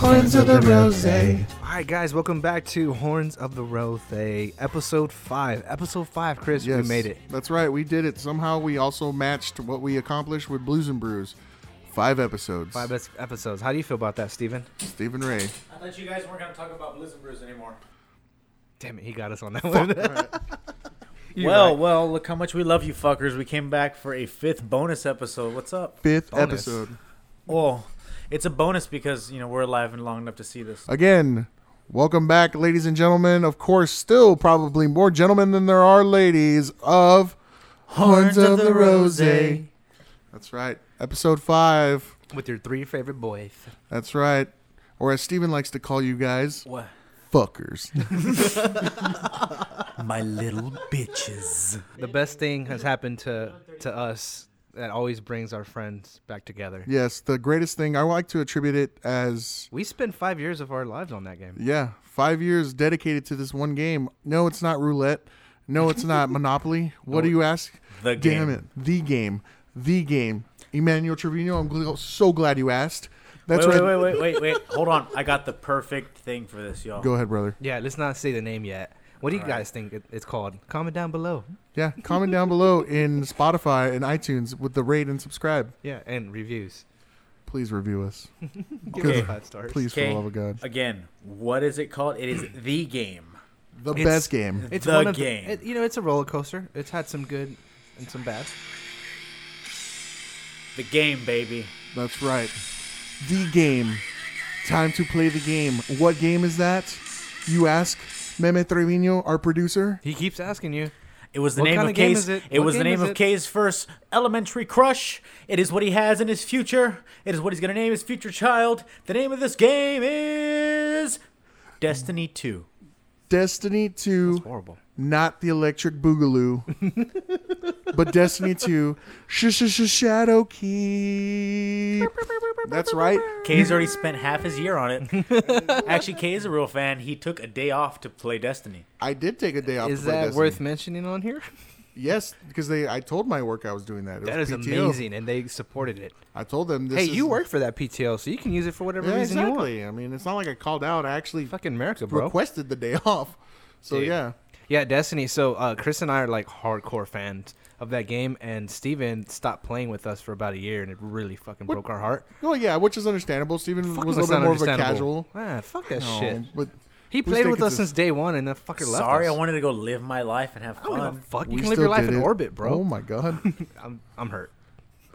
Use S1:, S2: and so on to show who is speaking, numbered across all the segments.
S1: Horns of the Rose.
S2: All right, guys, welcome back to Horns of the Rothe, episode five. Episode five, Chris,
S1: Yes,
S2: we made it.
S1: That's right. We did it. Somehow we also matched what we accomplished with Blues and Brews. Five episodes.
S2: Five best episodes. How do you feel about that, Steven?
S1: Stephen Ray.
S3: I thought you guys weren't gonna talk about Blues and Brews anymore.
S2: Damn it, he got us on that one. You're
S3: well,
S2: right.
S3: well, look how much we love you fuckers. We came back for a fifth bonus episode. What's up?
S1: Fifth
S2: Bonus.
S1: episode.
S3: Oh, it's a bonus because you know we're alive and long enough to see this.
S1: Again, welcome back, ladies and gentlemen. Of course, still probably more gentlemen than there are ladies of Horns, of, the, Rose. That's right. Episode five.
S2: with your three favorite boys.
S1: That's right. Or as Steven likes to call you guys,
S3: What?
S1: fuckers.
S3: My little bitches.
S2: The best thing has happened to to us that always brings our friends back together.
S1: yes, the greatest thing I like to attribute it as
S2: We spent five years of our lives on that game.
S1: Yeah, five years dedicated to this one game. No, it's not roulette. No, it's not Monopoly. What do you ask?
S3: The
S1: Damn
S3: game.
S1: it, the game, the game. Emmanuel Trevino, I'm gl- so glad you asked. That's
S3: wait,
S1: right.
S3: wait, wait, wait, wait, wait. Hold on. I got the perfect thing for this, y'all.
S1: Go ahead, brother.
S2: Yeah, let's not say the name yet. What do you
S3: All right.
S2: guys think it, it's called? Comment down below.
S1: Yeah, comment down below in Spotify and iTunes with the rate and subscribe.
S2: Yeah, and reviews.
S1: Please review us.
S2: Give
S1: Okay.
S2: us five stars.
S1: Please, for
S3: Okay.
S1: the love of God.
S3: Again, what is it called? It is the game.
S1: The
S2: It's-
S1: best game.
S2: It's
S3: The
S2: one of
S3: game.
S2: it- you know, it's a roller coaster. It's had some good and some bad.
S3: The game, baby.
S1: That's right. The game. Time to play the game. What game is that? You ask Meme Trevino, our producer.
S2: He keeps asking you.
S3: It was the
S2: What
S3: name
S2: kinda
S3: of
S2: game
S3: Kay's.
S2: is it?
S3: It,
S2: What
S3: was
S2: game
S3: the name
S2: is
S3: of
S2: it?
S3: Kay's first elementary crush. It is what he has in his future. It is what he's gonna name his future child. The name of this game is Destiny Two.
S1: Destiny 2.
S2: Horrible.
S1: not the electric boogaloo, but Destiny 2, sh- sh- sh- Shadow Keep. That's right.
S3: Kay's already spent half his year on it. Actually, Kay's a real fan. He took a day off to play Destiny.
S1: I did take a day off.
S2: Is
S1: to play
S2: that
S1: Destiny.
S2: worth mentioning on here?
S1: Yes, because they. I told my work I was doing that. It
S2: That
S1: was
S2: is
S1: PTO.
S2: amazing, and they supported it.
S1: I told them. This
S2: hey,
S1: is-
S2: you work for that PTO, so you can use it for whatever
S1: Yeah,
S2: reason you want.
S1: exactly. I mean, it's not like I called out. I actually
S2: Fucking America, bro.
S1: requested the day off. So
S2: Dude.
S1: yeah,
S2: Yeah, Destiny. So uh, Chris and I are like hardcore fans of that game, and Steven stopped playing with us for about a year, and it really fucking
S1: What?
S2: broke our heart.
S1: well, yeah, which is understandable. Steven
S2: Fucking
S1: was a
S2: that's
S1: little bit
S2: not
S1: more of a
S2: understandable.
S1: casual.
S2: Ah, fuck that
S1: No,
S2: shit.
S1: but
S2: He
S1: we
S2: played
S1: stay
S2: with us
S1: consistent.
S2: since day one, and that fucker left.
S3: Sorry,
S2: us.
S3: I wanted to go live my life and have
S2: I don't give a
S3: fun.
S2: fuck. You
S1: we
S2: can live
S1: still
S2: your life
S1: did
S2: in
S1: it.
S2: orbit, bro.
S1: Oh my god.
S2: I'm, I'm hurt.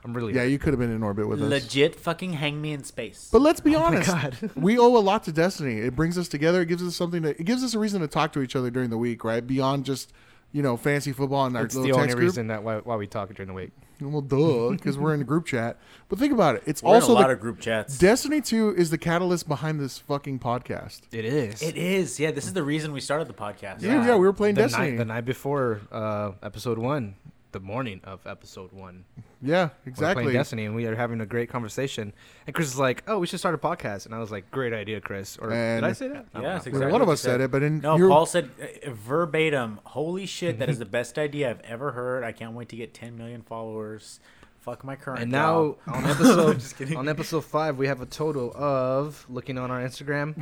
S2: I'm really.
S1: yeah,
S2: hurt.
S1: you could have been in orbit with us.
S3: Legit, fucking hang me in space.
S1: But let's be
S2: Oh my
S1: honest.
S2: God.
S1: we owe a lot to Destiny. It brings us together. It gives us something to. It gives us a reason to talk to each other during the week, right? Beyond just you know fancy football and our
S2: It's the
S1: little
S2: only
S1: text
S2: reason that why, why we talk during the week.
S1: group. Well, duh, because we're in a group chat. But think about it. It's
S3: We're
S1: also
S3: in a lot
S1: the,
S3: of group chats.
S1: Destiny Two is the catalyst behind this fucking podcast.
S2: It is.
S3: it is. Yeah, this is the reason we started the podcast.
S1: Yeah, yeah, we were playing
S2: the
S1: Destiny.
S2: night the night before uh, episode one, the morning of episode one.
S1: yeah,
S2: We were
S1: exactly.
S2: playing Destiny, and we are having a great conversation. And Chris is like, "Oh, we should start a podcast," and I was like, "Great idea, Chris." Or
S1: And-
S2: did I say that? I don't
S3: Yeah, it's
S2: know.
S1: Well,
S3: exactly
S1: one of
S3: what
S1: us
S3: you
S1: said it, but in
S3: No,
S1: you're-
S3: Paul said uh, verbatim, holy shit, that is the best idea I've ever heard. I can't wait to get 10 million followers. Fuck my current
S2: And
S3: job."
S2: now on episode
S3: Just kidding.
S2: on episode five, we have a total of looking on our Instagram.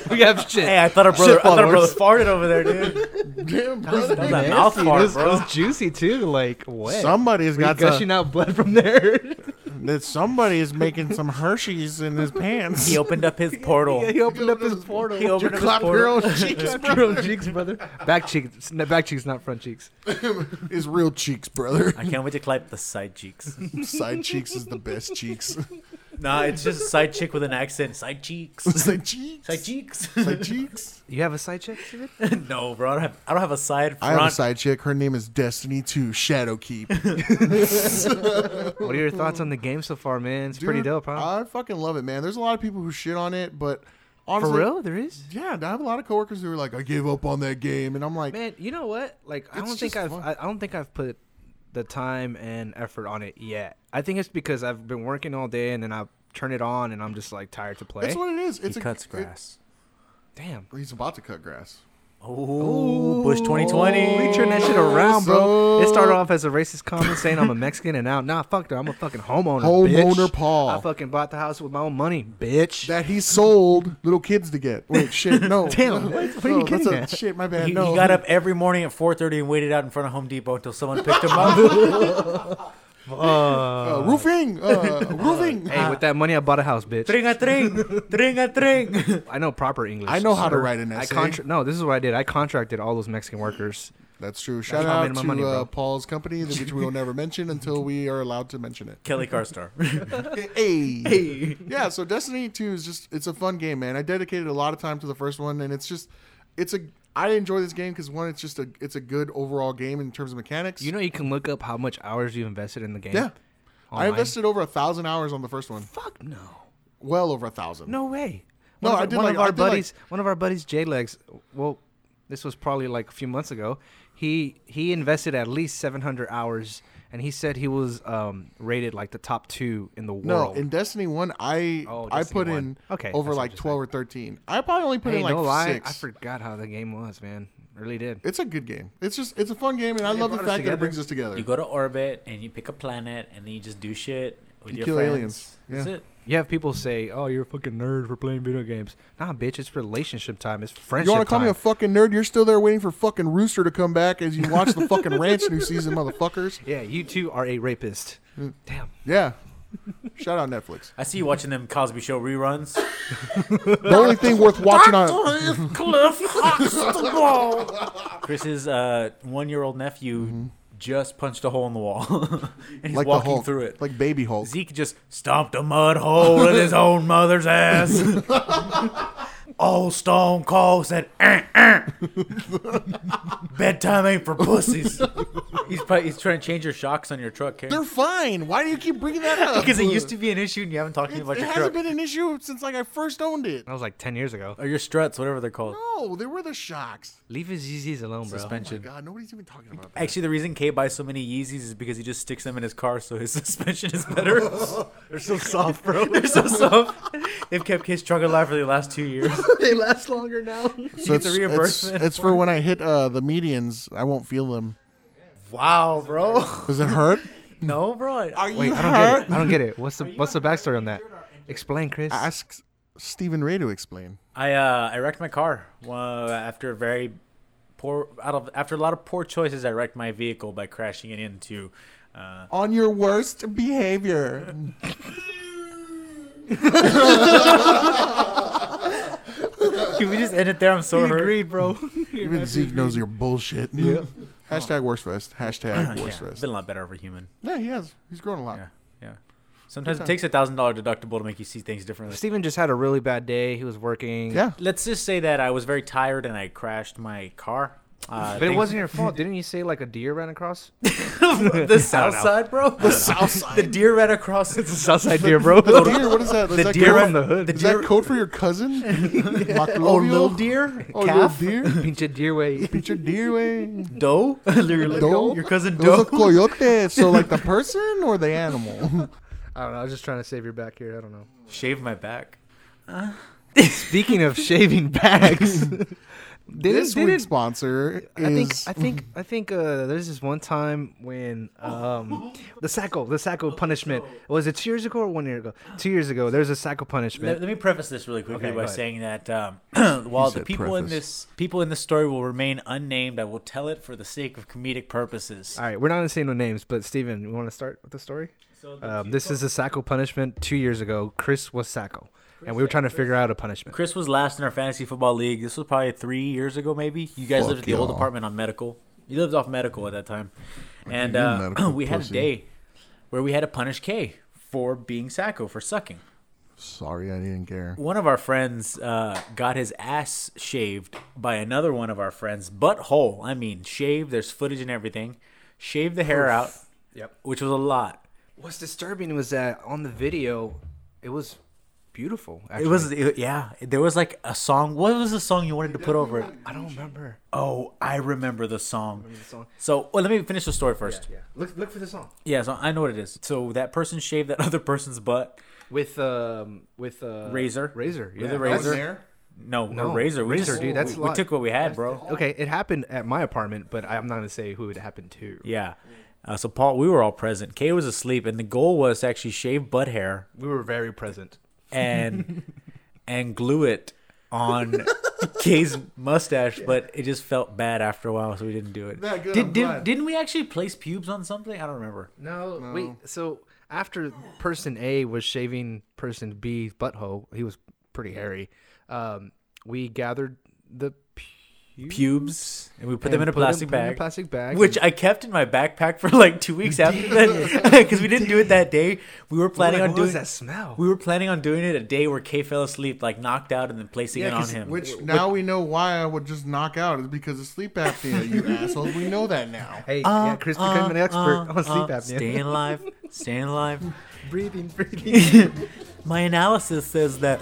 S2: we have shit.
S3: Hey, I thought our brother, I thought our brother
S2: followers.
S3: farted over there, dude.
S1: Damn,
S3: That was
S1: brother.
S3: a mouth
S2: It
S3: fart,
S2: was, it
S3: bro.
S2: was juicy too. Like what?
S1: Somebody's
S2: we
S1: got
S2: gushing
S1: some,
S2: out blood from there.
S1: that somebody is making some Hershey's in his pants.
S3: He opened up his portal.
S2: he opened up his portal.
S3: He opened up his
S1: Clap your
S3: portal.
S1: own cheeks,
S2: Your own cheeks, brother. Back cheeks. No, back cheeks, not front cheeks.
S1: His real cheeks, brother.
S3: I can't wait to clap the side cheeks.
S1: Side cheeks is the best cheeks.
S3: nah, it's just a side chick with an accent. Side cheeks.
S1: Side cheeks.
S3: Side cheeks.
S1: Side cheeks.
S2: You have a side check, Steven?
S3: no, bro. I don't have, I don't have a side
S1: I have a
S3: front.
S1: side chick. Her name is Destiny 2 Shadow Keep. It's
S2: What are your thoughts on the game so far, man? It's pretty dope, huh?
S1: I fucking love it, man. There's a lot of people who shit on it, but honestly,
S2: For real, there is.
S1: yeah, I have a lot of coworkers who are like, "I gave up on that game," and I'm like,
S2: Man, you know what? Like, I
S1: It's
S2: don't think
S1: just
S2: I've
S1: fun.
S2: I, I don't think I've put the time and effort on it yet. I think it's because I've been working all day and then I turn it on and I'm just like tired to play.
S1: "That's what it is." It's
S3: he
S1: a,
S3: cuts
S1: it-
S3: grass.
S2: Damn.
S1: he's about to cut grass.
S3: Ooh, Bush 2020.
S2: We turn that shit around, bro. It started off as a racist comment saying I'm a Mexican, and now, nah, fuck that. I'm a fucking homeowner. bitch.
S1: Homeowner Paul.
S2: I fucking bought the house with my own money, bitch.
S1: that he sold little kids to get. Wait, shit, no.
S2: Damn, what- what are you
S1: No, that's
S2: getting
S1: a-
S2: at?
S1: Shit, my bad.
S3: He,
S1: no.
S3: he got up every morning at 4:30 and waited out in front of Home Depot until someone picked him up.
S1: Uh, roofing, uh, roofing.
S2: Hey, with that money, I bought a house, bitch.
S3: Tring a tring, tring a tring.
S2: I know proper English.
S1: I know how to
S2: sir.
S1: write an
S2: I
S1: essay.
S2: contra- no, this is what I did. I contracted all those Mexican workers.
S1: That's true. Shout
S2: how I made
S1: out
S2: my
S1: to
S2: money,
S1: uh,
S2: bro.
S1: Paul's company, that which we will never mention until we are allowed to mention it.
S3: Kelly Carstar.
S1: Hey. Yeah, so Destiny 2 is just it's a fun game, man. I dedicated a lot of time to the first one and it's just it's a I enjoy this game cuz one it's just a it's a good overall game in terms of mechanics.
S2: You know, you can look up how much hours you invested in the game.
S1: Yeah. I
S2: Online?
S1: invested over a thousand hours on the first one.
S2: Fuck no.
S1: Well over a thousand.
S2: No way.
S1: No,
S2: One of,
S1: I
S2: our-
S1: did
S2: one
S1: like-
S2: of
S1: I
S2: our
S1: did like-
S2: buddies, one of our buddies, J Legs. Well, this was probably like a few months ago. He he invested at least 700 hours, and he said he was um, rated like the top two in the
S1: No,
S2: world.
S1: in Destiny One, I
S2: Oh,
S1: I
S2: Destiny
S1: put
S2: 1.
S1: in
S2: Okay,
S1: over
S2: that's what
S1: like
S2: you
S1: twelve or thirteen. I probably only put
S2: hey,
S1: in like
S2: no lie,
S1: six.
S2: I forgot how the game was, man. Really did.
S1: it's a good game. It's just it's a fun game, and I
S2: It
S1: love the
S2: brought us
S1: fact that it
S2: together.
S1: brings us together.
S3: You go to orbit and you pick a planet and then you just do shit with
S1: You
S3: your
S1: kill
S3: friends.
S1: aliens.
S3: That's
S1: Yeah.
S3: it.
S2: You have people say, "Oh, you're a fucking nerd for playing video games." Nah, bitch, it's relationship time. It's friendship
S1: You want to call
S2: time.
S1: me a fucking nerd? You're still there waiting for fucking Rooster to come back as you watch the fucking Ranch new season, motherfuckers.
S2: yeah, you too are a rapist. Damn.
S1: Yeah. Shout out Netflix.
S3: I see you watching them Cosby Show reruns.
S1: The only thing worth watching on
S3: Chris's uh, one-year-old nephew just punched a hole in the wall, and he's
S1: Mm-hmm. like the
S3: walking
S1: Hulk,
S3: through it.
S1: like Baby Hulk.
S3: Zeke just stomped a mud hole in his own mother's ass. Old Stone Cold said, "Eh, eh." "Bedtime ain't for pussies." he's probably, he's trying to change your shocks on your truck,
S1: They're fine. Why do you keep bringing that up?
S3: because it used to be an issue, and you haven't talked to me
S1: It,
S3: about
S1: it
S3: your
S1: hasn't
S3: truck
S1: been an issue since like I first owned it.
S2: That was like ten years ago.
S3: or your struts, whatever they're called.
S1: No, they were the shocks.
S2: Leave his Yeezys alone, bro.
S3: Suspension.
S1: God, nobody's even talking about that.
S3: Actually, the reason K buys so many Yeezys is because he just sticks them in his car, so his suspension is better. They're so soft, bro. They're so soft. They've kept his truck alive for the last two years.
S4: they last longer now.
S1: So
S3: get the reimbursement
S1: It's, it's for when I hit uh, the medians. I won't feel them.
S3: Wow, bro.
S1: Does it hurt?
S3: No, bro.
S1: Are you
S2: Wait, I don't get it. I don't get it. What's the what's the backstory on that? Explain, Chris.
S1: Ask Stephen Ray to explain.
S3: I uh, I wrecked my car Well, after a very poor out of after a lot of poor choices. I wrecked my vehicle by crashing it into. Uh,
S1: On your worst behavior.
S3: can we just end it there? I'm so hurt.
S2: bro.
S1: Even Zeke knows your bullshit. Yeah. Hashtag worst fest. Hashtag
S3: Yeah,
S1: worst
S3: I've
S1: fest.
S3: been a lot better over human.
S1: Yeah, he has. He's grown a lot.
S3: Yeah, yeah. Sometimes it
S1: time.
S3: takes a thousand dollar deductible to make you see things differently.
S2: Steven just had a really bad day. He was working.
S1: Yeah.
S3: Let's just say that I was very tired and I crashed my car. Uh,
S2: But it wasn't your fault. Didn't you say like a deer ran across?
S3: the south side, bro. The south side. The deer ran across.
S2: It's a Southside deer, bro.
S1: The deer, what is that? Is
S3: The
S1: that
S3: deer
S1: code-
S3: on the hood. The
S1: Is
S3: deer.
S1: that code for your cousin?
S3: Oh,
S1: oh,
S3: little deer.
S1: Oh, little
S3: calf.
S1: deer.
S2: Pinche deer way.
S1: Beat your deer way.
S3: Doe. your,
S1: Doe?
S3: your cousin
S1: It was a
S3: Doe.
S1: coyote. So, like the person or the animal?
S2: I don't know. I was just trying to save your back here. I don't know.
S3: Shave my back.
S2: Speaking of shaving backs, did
S1: this
S2: it, did it-
S1: week's sponsor is.
S2: I think I think I think uh, there's this one time when um, the sacco the sacco punishment was it two years ago or one year ago? Two years ago. There's a sacco
S3: Let,
S2: punishment.
S3: let me preface this really quickly
S2: Okay,
S3: by
S2: go ahead.
S3: saying that um, while the
S1: said
S3: people in
S1: preface.
S3: this people in this story will remain unnamed, I will tell it for the sake of comedic purposes.
S2: All right, we're not gonna say no names, but Steven, you want to start with the story? Um, this is a sacco punishment. Two years ago, Chris was sacco, and we were trying to figure out a punishment.
S3: Chris was last in our fantasy football league. This was probably three years ago, maybe. You guys
S1: Fuck
S3: lived at the old
S1: y'all.
S3: apartment on medical. You lived off medical at that time, and uh,
S1: medical
S3: we had a
S1: pussy.
S3: day where we had to punish K for being sacco for sucking.
S1: Sorry, I didn't care.
S3: One of our friends uh, got his ass shaved by another one of our friends, butthole. I mean, shaved. There's footage and everything. Shaved the hair out,
S2: Yep.
S3: which was a lot.
S2: What's disturbing was that on the video, it was beautiful. Actually.
S3: It was, it- yeah. There was like a song. What was the song you wanted to put over it?
S2: I don't remember.
S3: Oh, I remember the song.
S2: song.
S3: So, well, let me finish the story first.
S2: Yeah. Look look for the song
S3: Yeah, so I know what it is. So that person shaved that other person's butt.
S2: with um with uh,
S3: Razor.
S2: razor yeah.
S3: With a razor. No,
S2: No,
S3: no razor, we
S2: Razor,
S3: just-
S2: dude, that's a
S3: we,
S2: lot.
S3: we took what we had, bro.
S2: Okay, it happened at my apartment, but I'm not gonna say who it happened to.
S3: Yeah. Uh, so Paul, we were all present. Kay was asleep, and the goal was to actually shave butt hair
S2: We were very present.
S3: and and glue it on Kay's mustache, but it just felt bad after a while, so we didn't do it.
S1: That good, I'm
S3: Did,
S1: glad.
S3: did didn't we actually place pubes on something? I don't remember.
S2: No, wait. So after person A was shaving person B's butthole, he was pretty hairy. Um, we gathered the pubes,
S3: Pubes, and we put them
S2: and
S3: in a
S2: put 'em-
S3: plastic
S2: put 'em in a
S3: bag.
S2: plastic bag,
S3: Which I kept in my backpack for like two weeks after that because we didn't do it that day. We were planning
S2: like,
S3: on
S2: what
S3: doing
S2: was that smell?
S3: We were planning on doing it a day where Kay fell asleep, like knocked out, and then placing it on
S1: 'cause-
S3: him.
S1: Which now we know why I would just knock out is because of sleep apnea, you assholes. We know that now.
S2: hey,
S3: Uh,
S2: yeah, Chris became an expert on sleep apnea.
S3: Staying alive, staying alive.
S2: breathing, breathing.
S3: My analysis says that.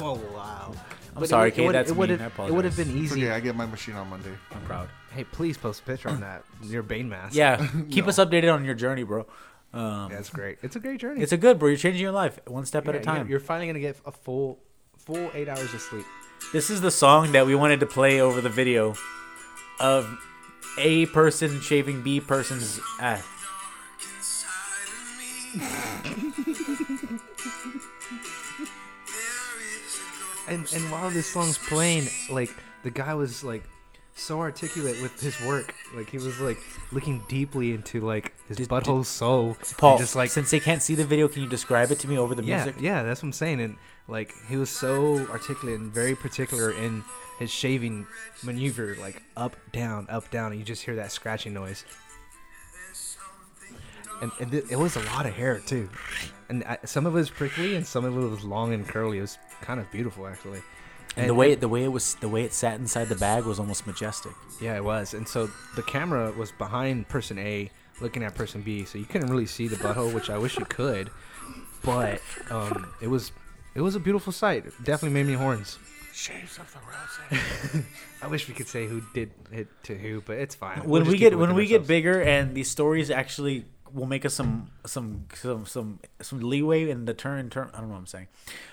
S2: oh wow! I'm
S3: sorry, Kate, that's
S2: it would
S3: mean. I
S2: have
S3: apologize.
S2: it would have been
S1: It's
S2: easy.
S1: okay, I get my machine on Monday.
S3: I'm proud.
S2: Hey, please post a picture on that your Bane mask.
S3: Yeah, keep us updated on your journey, bro. Um,
S2: that's great. It's a great journey.
S3: It's a good, bro. You're changing your life one step at a
S2: Yeah, you're-
S3: time.
S2: You're finally gonna get a full, full eight hours of sleep.
S3: This is the song that we wanted to play over the video of a person shaving B person's uh, ass.
S2: And and while this song's playing, like the guy was like so articulate with his work. Like he was like looking deeply into like his
S3: Did-
S2: butthole soul. and
S3: Paul,
S2: just like
S3: since they can't see the video, can you describe it to me over the
S2: yeah,
S3: music?
S2: yeah, that's what I'm saying. And like he was so articulate and very particular in his shaving maneuver, like up down up down. And you just hear that scratching noise. And, and th- it was a lot of hair too, and I, some of it was prickly and some of it was long and curly. It was kind of beautiful actually.
S3: And the way the way it was the way it sat inside the bag was almost majestic.
S2: Yeah, it was. And so the camera was behind person A, looking at person B, so you couldn't really see the butthole, which I wish you could. But um, it was it was a beautiful sight. It definitely made me horns.
S1: Shaves of the roses.
S2: I wish we could say who did it to who, but it's fine. We'll
S3: When
S2: just
S3: we
S2: keep it
S3: get when
S2: within
S3: we get
S2: ourselves.
S3: bigger and these stories actually will make us some some some some some leeway in the turn turn. I don't know what I'm saying,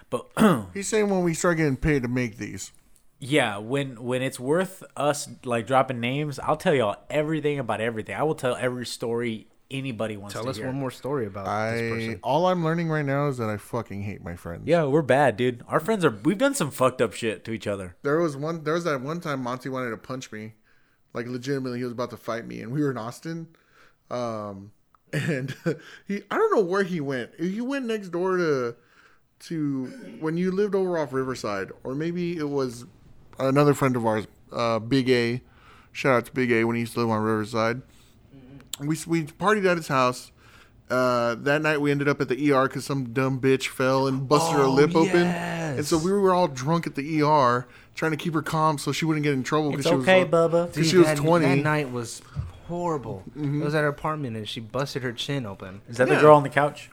S3: but
S1: He's saying when we start getting paid to make these.
S3: yeah, when when it's worth us like dropping names, I'll tell y'all everything about everything. I will tell every story anybody wants
S2: tell
S3: to
S2: us
S3: hear.
S2: one more story about this
S1: I
S2: person.
S1: all I'm learning right now is that I fucking hate my friends.
S3: Yeah, we're bad, dude. Our friends are. We've done some fucked up shit to each other.
S1: There was one. There was that one time Monty wanted to punch me, like legitimately, he was about to fight me, and we were in Austin. Um, and he, I don't know where he went. He went next door to, to when you lived over off Riverside, or maybe it was another friend of ours, uh, Big A. Shout out to Big A when he used to live on Riverside.
S3: Mm-hmm.
S1: We we partied at his house. Uh, that night we ended up at the ER because some dumb bitch fell and busted
S3: Oh,
S1: her lip open, and so we were all drunk at the ER trying to keep her calm so she wouldn't get in trouble.
S3: It's
S1: she
S3: okay,
S1: was,
S3: Bubba.
S1: Because she
S2: Dude,
S1: was
S2: that-
S1: twenty.
S2: That night was horrible.
S3: Mm-hmm.
S2: It was at her apartment, and she busted her chin open.
S3: Is that
S1: Yeah.
S3: the girl on the couch?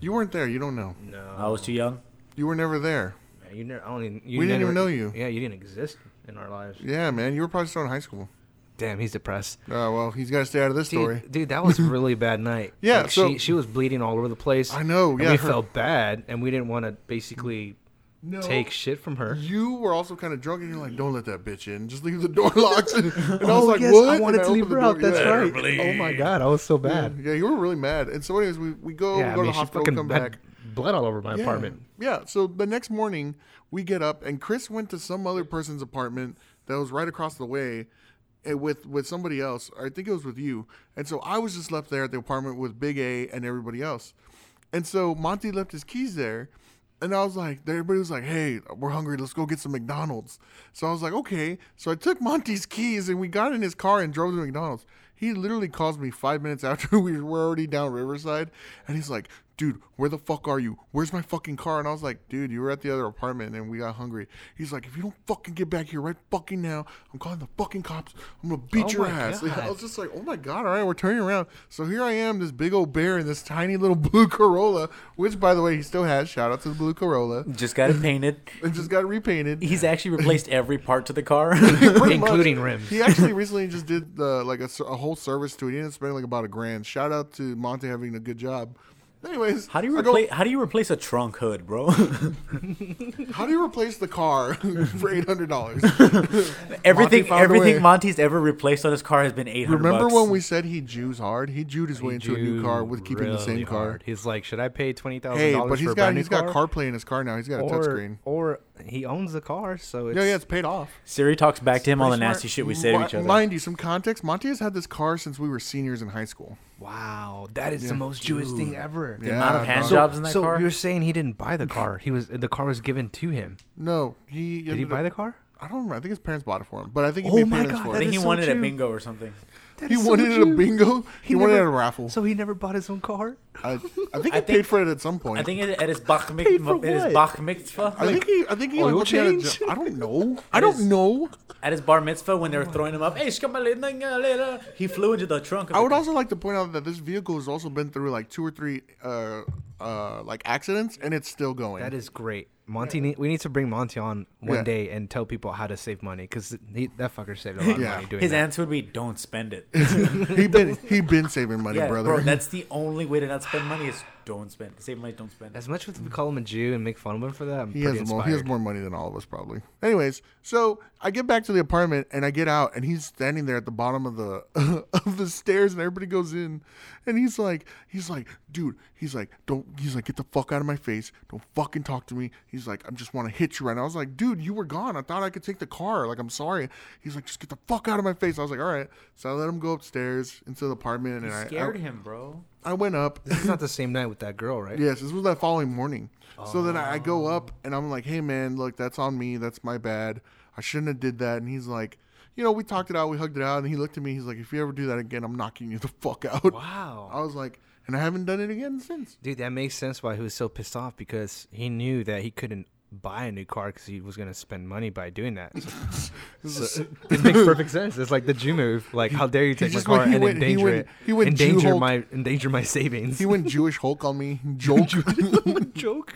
S1: You weren't there. You don't know.
S3: I was too young.
S1: You were never there.
S2: Man, You never, I don't even, you
S1: We didn't
S2: never-
S1: even know you.
S2: Yeah, you didn't exist in our lives.
S1: Yeah, man. You were probably still in high school.
S2: Damn, he's depressed.
S1: Oh, well, he's got to stay out of this
S2: Dude,
S1: story.
S2: dude, that was a really bad night.
S1: Yeah,
S2: Like,
S1: so-
S2: she she was bleeding all over the place.
S1: I know,
S2: and
S1: yeah,
S2: we
S1: her-
S2: felt bad, and we didn't want to basically
S1: No.
S2: take shit from her.
S1: You were also kind of drunk, and you're like, "Don't let that bitch in. Just leave the door locked." And, and I was
S2: Oh,
S1: like,
S2: yes,
S1: "What?"
S2: I wanted
S1: And
S2: to leave
S1: opened
S2: her
S1: the
S2: out.
S1: door.
S2: That's
S1: Yeah.
S2: right. Oh my god, I was so bad.
S1: Yeah, you were really mad. And so, anyways, we, we go,
S2: Yeah,
S1: we
S2: I
S1: go
S2: mean,
S1: to the
S2: she
S1: hospital,
S2: fucking
S1: come
S2: had
S1: back.
S2: blood all over my
S1: Yeah.
S2: apartment.
S1: Yeah. So the next morning, we get up, and Chris went to some other person's apartment that was right across the way, and with with somebody else. I think it was with you. And so I was just left there at the apartment with Big A and everybody else. And so Monty left his keys there. And I was like, everybody was like, hey, we're hungry. Let's go get some McDonald's. So I was like, okay. So I took Monty's keys and we got in his car and drove to McDonald's. He literally calls me five minutes after we were already down Riverside. And he's like, dude, where the fuck are you? Where's my fucking car? And I was like, dude, you were at the other apartment and we got hungry. He's like, if you don't fucking get back here right fucking now, I'm calling the fucking cops. I'm going to beat
S2: Oh
S1: your
S2: my
S1: ass.
S2: God.
S1: I was just like, oh my God, all right, we're turning around. So here I am, this big old bear in this tiny little blue Corolla, which, by the way, he still has. Shout out to the blue Corolla.
S3: Just got it painted.
S1: It just got repainted.
S3: He's actually replaced every part to the car.
S1: Pretty much.
S2: including rims.
S1: He actually recently just did the, like a, s- a whole service to it. He ended up spending like about a grand. Shout out to Monte having a good job. Anyways,
S3: How do you
S1: I go,
S3: replace? How do you replace a trunk hood, bro?
S1: How do you replace the car for eight hundred dollars?
S3: everything,
S1: found a way.
S3: everything Monty's ever replaced on his car has been eight hundred.
S1: Remember when we said he Jews hard? He Jewed his way into a new car with keeping the same car.
S2: He's like, should I pay twenty thousand
S1: Hey,
S2: dollars
S1: but
S2: for
S1: he's
S2: a brand
S1: got he's
S2: new
S1: got
S2: car?
S1: CarPlay in his car now. He's got a
S2: or,
S1: touchscreen.
S2: or he owns the car, so it's
S1: Yeah, yeah, it's paid off.
S3: Siri talks back to him all the
S2: pretty smart.
S3: nasty shit we say to
S1: Mi-
S3: each other?
S1: Mind you, some context. Monty has had this car since we were seniors in high school.
S2: wow. That is the most Jewish thing ever.
S1: Yeah,
S3: amount of hand
S1: dog.
S2: So,
S3: jobs in that
S2: so
S3: car?
S2: you're saying he didn't buy the car? He was the car was given to him.
S1: No, he
S2: Did he buy the car?
S1: I don't remember. I think his parents bought it for him, but I think he
S2: Oh
S1: made
S2: my
S1: payments
S2: God,
S1: for
S3: I
S2: that
S1: it.
S3: think he
S2: is so
S3: wanted a
S2: Jew.
S3: bingo or something.
S2: That
S1: He
S2: is so
S1: wanted it a
S2: Jew.
S1: bingo. He, wanted it
S2: never-
S1: at a raffle.
S2: So he never bought his own car.
S1: I, I think he
S3: I
S1: paid
S3: think-
S1: for it at some point.
S3: I think it, it is
S2: Paid for
S3: Bachmik. It
S2: what?
S3: is Bach mitzvah.
S1: I think he. I think he.
S2: Oil
S1: looked at it-
S2: change?
S1: I don't know. I don't
S3: is-
S1: know.
S3: At his bar mitzvah, when they were throwing him up, hey, shkamalinagalera, he flew into the trunk. Of
S1: I
S3: the
S1: would also like to point out that this vehicle has also been through like two or three uh uh like accidents, and it's still going.
S2: That is great. Monty, need, we need to bring Monty on one
S1: Yeah.
S2: day and tell people how to save money because that fucker saved a lot of
S1: Yeah.
S2: money doing
S3: His
S2: that.
S3: answer would be, "Don't spend it."
S1: he been he been saving money,
S3: yeah,
S1: brother.
S3: bro, that's the only way to not spend money is don't spend. Save money, don't spend.
S2: as much as we call him a Jew and make fun of him for that, I'm
S1: He
S2: pretty
S1: has, more,
S2: inspired.
S1: he has more money than all of us probably. Anyways, so I get back to the apartment and I get out and he's standing there at the bottom of the of the stairs and everybody goes in and he's like he's like dude he's like don't he's like get the fuck out of my face don't fucking talk to me he's like I just want to hit you right now I was like dude you were gone I thought I could take the car like I'm sorry he's like just get the fuck out of my face I was like all right so I let him go upstairs into the apartment and I-
S3: Scared
S1: I,
S3: him, bro.
S1: I went up
S2: This is not the same night with that girl, right?
S1: Yes, this was that following morning. So then I, I go
S2: Oh.
S1: up and I'm like, "Hey man, look, that's on me. That's my bad. I shouldn't have did that." And he's like, "You know, we talked it out. We hugged it out." And he looked at me. He's like, "If you ever do that again, I'm knocking you the fuck out."
S2: Wow.
S1: I was like, and I haven't done it again since.
S2: Dude, that makes sense why he was so pissed off because he knew that he couldn't buy a new car because he was going to spend money by doing that. So, it makes perfect sense. It's like the Jew move. Like, how dare you take my
S1: just
S2: car
S1: went- he
S2: and
S1: went- he
S2: endanger
S1: went-
S2: it?
S1: he went Jew
S2: endanger
S1: Hulk.
S2: my endanger my savings.
S1: He went Jewish Hulk on me. Joke.
S2: joke.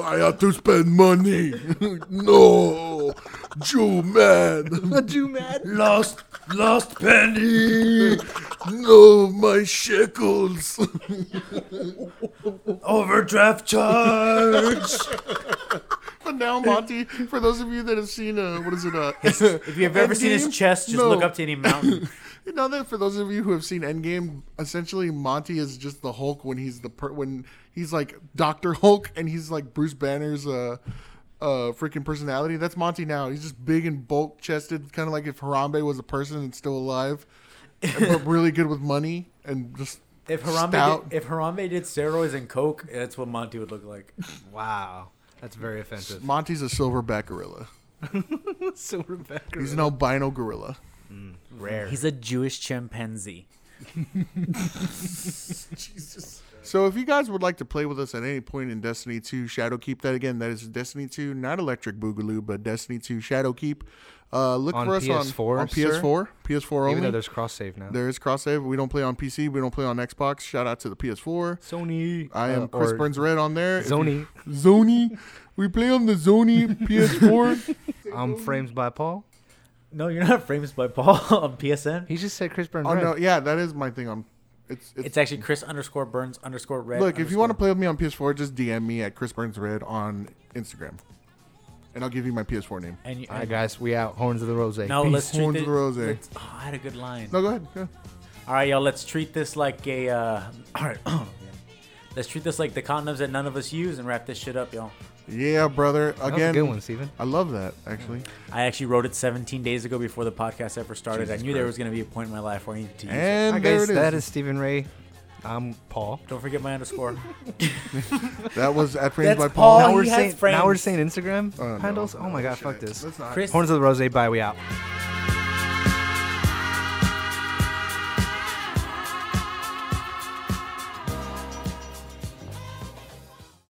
S1: I have to spend money. no, Jew man.
S2: The Jew mad.
S1: Lost, lost penny. No, my shekels.
S3: Overdraft charge.
S1: But now Monty, for those of you that have seen, uh, what is it? Uh,
S3: if you've ever seen his
S1: Endgame?
S3: chest, just
S1: No.
S3: look up to any mountain.
S1: You know that for those of you who have seen Endgame, essentially Monty is just the Hulk when he's the per- when he's like Doctor Hulk and he's like Bruce Banner's uh, uh, freaking personality. That's Monty now. He's just big and bulk chested, kind of like if Harambe was a person and still alive, but really good with money and just
S3: If Harambe,
S1: stout.
S3: did, if Harambe did steroids and coke, that's what Monty would look like.
S2: Wow. That's very offensive.
S1: Monty's a silverback gorilla.
S2: so Rebecca.
S1: He's an albino gorilla.
S2: rare.
S3: He's a Jewish chimpanzee.
S1: So if you guys would like to play with us at any point in Destiny 2 Shadowkeep, that again, that is Destiny 2, not Electric Boogaloo, but Destiny 2 Shadowkeep. Uh, look
S2: On
S1: for us
S2: PS4,
S1: on, on
S2: sir?
S1: PS4, PS4
S2: Even though
S1: only.
S2: Oh, there's cross save now.
S1: There is cross save. We don't play on PC. We don't play on Xbox. Shout out to the PS4.
S2: Sony.
S1: I am
S2: uh,
S1: Chris
S2: or
S1: Burns Red on there. If you-
S2: Zony.
S1: Zony. We play on the Zony PS4.
S2: I'm um, frames by Paul.
S3: No, you're not famous by Paul on PSN.
S2: He just said Chris Burns.
S1: oh
S2: Red.
S1: no, yeah, that is my thing. on it's it's,
S3: It's actually Chris underscore Burns underscore Red.
S1: look. If you want to play with me on PS4, just DM me at Chris Burns Red on Instagram, and I'll give you my PS4 name.
S3: and you,
S2: All right, guys, we out. Horns of the Rose.
S3: no, let's treat
S1: Horns
S3: this.
S1: of the Rose.
S3: let's- oh, I had a good line.
S1: No, go ahead. Go ahead.
S3: All right, y'all. Let's treat this like a. Uh, all right. let's treat this like the condoms that none of us use and wrap this shit up, y'all.
S1: Yeah, brother. Again,
S2: That was a good one, Steven.
S1: I love that actually.
S3: I actually wrote it 17 days ago before the podcast ever started. I knew there was going to be a point in my life where I needed to use it.
S1: And
S2: Hi
S1: there
S2: guys,
S1: it is.
S2: that is Stephen Ray. I'm Paul.
S3: Don't forget my underscore.
S1: That was at frames
S3: That's
S1: by Paul.
S3: all
S2: now we're
S3: Oh, he has
S2: saying now we're
S3: frames.
S2: saying Instagram
S1: Oh, no.
S2: handles. Oh my god,
S1: Shit.
S2: fuck this.
S1: Let's not.
S3: Chris
S2: Horns of the Rose. Bye. We out.